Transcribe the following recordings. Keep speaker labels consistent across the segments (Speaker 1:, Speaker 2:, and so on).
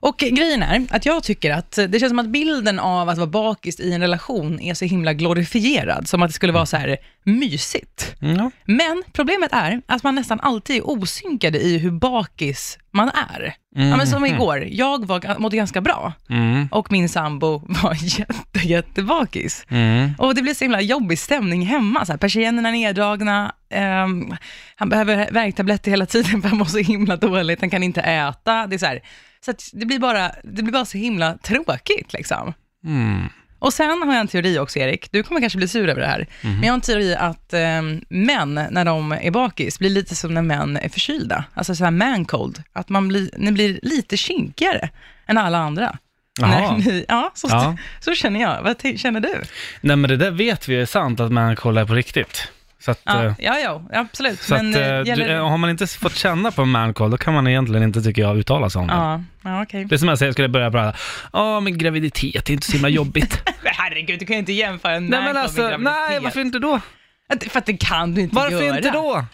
Speaker 1: Och grejen är att jag tycker att det känns som att bilden av att vara bakis i en relation är så himla glorifierad, som att det skulle vara så här mysigt.
Speaker 2: Mm, Ja.
Speaker 1: Men problemet är att man nästan alltid är osynkade i hur bakis man är. Ja, men som igår, jag var, mådde ganska bra
Speaker 2: Mm.
Speaker 1: och min sambo var jätte, jättebakis.
Speaker 2: Mm.
Speaker 1: Och det blev så himla jobbig stämning hemma. Så här, persiennerna är neddragna, ehm, han behöver värktabletter hela tiden för han mår så himla dåligt, han kan inte äta. Det, är så här, så att det, blir bara, det blir bara så himla tråkigt liksom.
Speaker 2: Mm.
Speaker 1: Och sen har jag en teori också, Erik. Du kommer kanske bli sur över det här.
Speaker 2: Mhm.
Speaker 1: Men jag har en teori att eh, män, när de är bakis, blir lite som när män är förkylda. Alltså så här man cold. Att man blir, ni blir lite kinkigare än alla andra.
Speaker 2: Jaha.
Speaker 1: När ni, ja, så,
Speaker 2: Ja.
Speaker 1: så känner jag. Vad t- känner du?
Speaker 2: Nej men det där vet vi ju är sant, att man kollar på riktigt. Så att,
Speaker 1: Ja,
Speaker 2: eh,
Speaker 1: ja, ja absolut.
Speaker 2: så
Speaker 1: Men
Speaker 2: att,
Speaker 1: eh,
Speaker 2: eh,
Speaker 1: gäller...
Speaker 2: du, eh, har man inte fått känna på en mankoll, då kan man egentligen inte, tycker jag, uttala sig om det.
Speaker 1: ja, ja okej.
Speaker 2: Det är som jag säger, jag skulle börja prata, ja men graviditet är inte så himla jobbigt.
Speaker 1: Men Herregud, du kan ju inte jämföra en
Speaker 2: nej
Speaker 1: man
Speaker 2: men
Speaker 1: cold med
Speaker 2: alltså,
Speaker 1: graviditet.
Speaker 2: nej varför inte då?
Speaker 1: Att- För att det kan du inte
Speaker 2: Varför
Speaker 1: göra.
Speaker 2: inte då?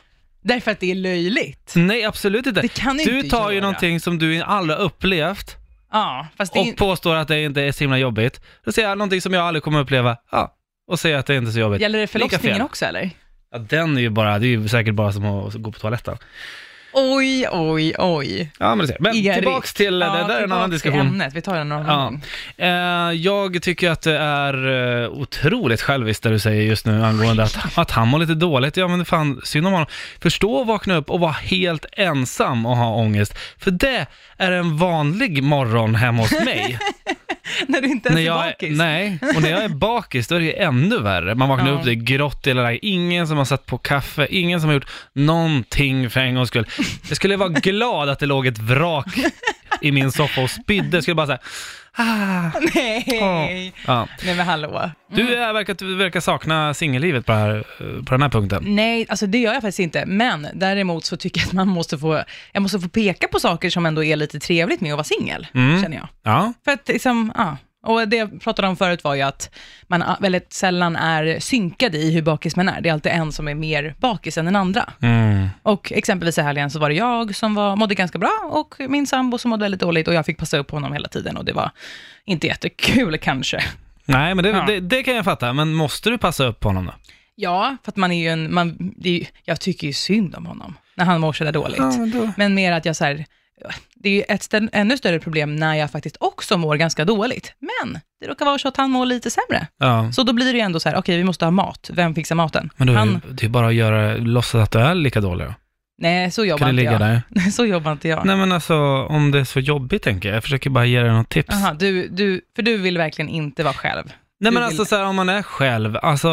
Speaker 1: Därför att det är löjligt.
Speaker 2: Nej absolut inte.
Speaker 1: Det kan
Speaker 2: du
Speaker 1: inte
Speaker 2: tar ju
Speaker 1: göra.
Speaker 2: någonting som du aldrig har upplevt
Speaker 1: Ja, fast det är...
Speaker 2: och påstår att det inte är så himla jobbigt. Då säger jag någonting som jag aldrig kommer uppleva, ja, och säger att det inte är så jobbigt.
Speaker 1: Gäller det
Speaker 2: Lika
Speaker 1: förlossningen
Speaker 2: fel.
Speaker 1: också eller?
Speaker 2: Ja, den är ju bara, det är ju säkert bara som att gå på toaletten.
Speaker 1: Oj, oj, oj.
Speaker 2: Ja, men, det ser. men
Speaker 1: Erik.
Speaker 2: tillbaks till,
Speaker 1: Ja,
Speaker 2: det där är en
Speaker 1: tillbaks
Speaker 2: annan
Speaker 1: till
Speaker 2: diskussion.
Speaker 1: Ämnet. Vi tar den någon
Speaker 2: Ja.
Speaker 1: gång.
Speaker 2: Eh, jag tycker att det är eh, otroligt själviskt det du säger just nu angående att, att han mår lite dåligt. Ja men fan, synd om honom. Förstå att vakna upp och vara helt ensam och ha ångest. För det är en vanlig morgon hemma hos mig.
Speaker 1: När du inte
Speaker 2: när
Speaker 1: ens är
Speaker 2: jag
Speaker 1: bakis.
Speaker 2: är, nej, och när jag är bakis då är det ju ännu värre. Man vaknar
Speaker 1: Ja.
Speaker 2: upp, det är grått hela dagen. Ingen som har satt på kaffe, ingen som har gjort någonting för en gångs skull. Jag skulle vara glad att det låg ett vrak i min soffa och spydde. Jag skulle bara säga ah,
Speaker 1: Nej.
Speaker 2: ja.
Speaker 1: Nej men hallå.
Speaker 2: Du eh, verkar, du verkar sakna singellivet på, det här, eh, på den här punkten.
Speaker 1: Nej, alltså det gör jag faktiskt inte. Men däremot så tycker jag att man måste få, jag måste få peka på saker som ändå är lite trevligt med att vara singel,
Speaker 2: Mm.
Speaker 1: känner jag.
Speaker 2: Ja,
Speaker 1: För att liksom, ja. Och det jag pratade om förut var ju att man ah, väldigt sällan är synkade i hur bakis man är. Det är alltid en som är mer bakis än den andra.
Speaker 2: mm.
Speaker 1: Och exempelvis i helgen så var det jag som var, mådde ganska bra och min sambo som mådde väldigt dåligt och jag fick passa upp på honom hela tiden och det var inte jättekul kanske.
Speaker 2: nej men det,
Speaker 1: Ja.
Speaker 2: det, det kan jag fatta. Men måste du passa upp på honom då?
Speaker 1: Ja, för att man är ju en, man, det är, ju- jag tycker ju synd om honom när han mår sådär dåligt.
Speaker 2: men då.
Speaker 1: Men mer att jag så här, det är ju ett stä- ännu större problem när jag faktiskt också mår ganska dåligt. Men det råkar vara så att han mår lite sämre.
Speaker 2: Ja,
Speaker 1: Så då blir det ju ändå så här, okej vi måste ha mat, vem fixar maten?
Speaker 2: men då är
Speaker 1: han,
Speaker 2: det, det är bara att göra, låtsas att du är lika dålig då.
Speaker 1: nej så jobbar
Speaker 2: Kan du
Speaker 1: inte
Speaker 2: ligga
Speaker 1: jag.
Speaker 2: där?
Speaker 1: Nej, så jobbar inte jag.
Speaker 2: Nej men alltså om det är så jobbigt tänker jag. Jag försöker bara ge dig något tips.
Speaker 1: Aha, du, du, för du vill verkligen inte vara själv.
Speaker 2: Nej
Speaker 1: du
Speaker 2: men
Speaker 1: vill-
Speaker 2: alltså så här, om man är själv, alltså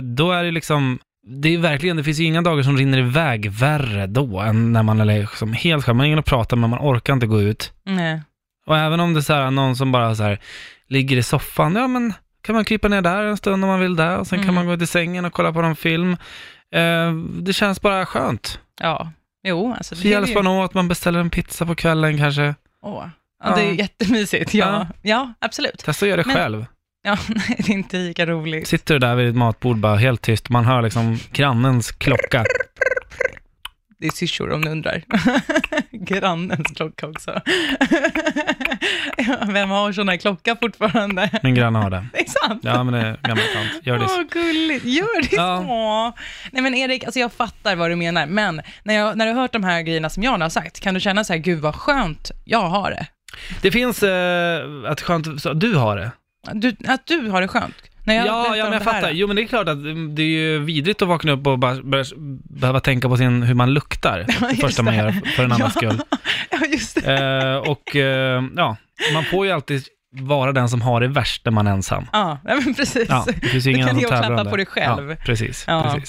Speaker 2: då är det liksom, det är verkligen, det finns ju inga dagar som rinner iväg värre då än när man är liksom helt själv. Man har ingen att prata med, man orkar inte gå ut.
Speaker 1: Nej.
Speaker 2: Och även om det är så här, någon som bara så här, ligger i soffan, ja men kan man krypa ner där en stund om man vill det, och sen kan
Speaker 1: Mm.
Speaker 2: man gå till sängen och kolla på någon film. Eh, det känns bara skönt.
Speaker 1: Ja, jo, alltså
Speaker 2: Så
Speaker 1: det är
Speaker 2: hjälps
Speaker 1: ju...
Speaker 2: man åt, man beställer en pizza på kvällen kanske.
Speaker 1: Åh. Ja, det är
Speaker 2: Ja.
Speaker 1: jättemysigt. Ja,
Speaker 2: Ja.
Speaker 1: ja. absolut.
Speaker 2: Testa att göra det
Speaker 1: Men-
Speaker 2: själv.
Speaker 1: Ja, nej, det är inte lika roligt.
Speaker 2: Sitter du där vid ett matbord bara helt tyst, man hör liksom grannens klocka.
Speaker 1: Det är syrsor om ni undrar. Grannens klocka också. Ja, Vem har sån här klocka fortfarande?
Speaker 2: Min granne har det.
Speaker 1: Det är sant.
Speaker 2: Ja men det är gammal tant. Gör det.
Speaker 1: Åh, gulligt. Gördis.
Speaker 2: Ja.
Speaker 1: Åh. Nej, men Erik, alltså jag fattar vad du menar, men när, jag, när du har hört de här grejerna som jag har sagt, kan du känna så här, gud vad skönt jag har det?
Speaker 2: Det finns, eh, att skönt, så, du har det.
Speaker 1: Du, att du har det skönt? När jag
Speaker 2: ja,
Speaker 1: berättar
Speaker 2: ja
Speaker 1: om
Speaker 2: men jag
Speaker 1: det här.
Speaker 2: fattar. Jo men det är klart att mm, det är ju vidrigt att vakna upp och bara börja, behöva tänka på sin, hur man luktar.
Speaker 1: Ja,
Speaker 2: det
Speaker 1: just
Speaker 2: första man
Speaker 1: det.
Speaker 2: gör för en annans skull.
Speaker 1: Ja, just det.
Speaker 2: Eh, och eh, ja, man får ju alltid vara den som har det värst när man är ensam.
Speaker 1: Ja, nej, men precis.
Speaker 2: Ja, det finns ju
Speaker 1: Då
Speaker 2: ingen
Speaker 1: kan
Speaker 2: annan
Speaker 1: jag
Speaker 2: som tävlar
Speaker 1: klappa
Speaker 2: om det.
Speaker 1: på dig själv.
Speaker 2: Ja, precis,
Speaker 1: Ja.
Speaker 2: precis.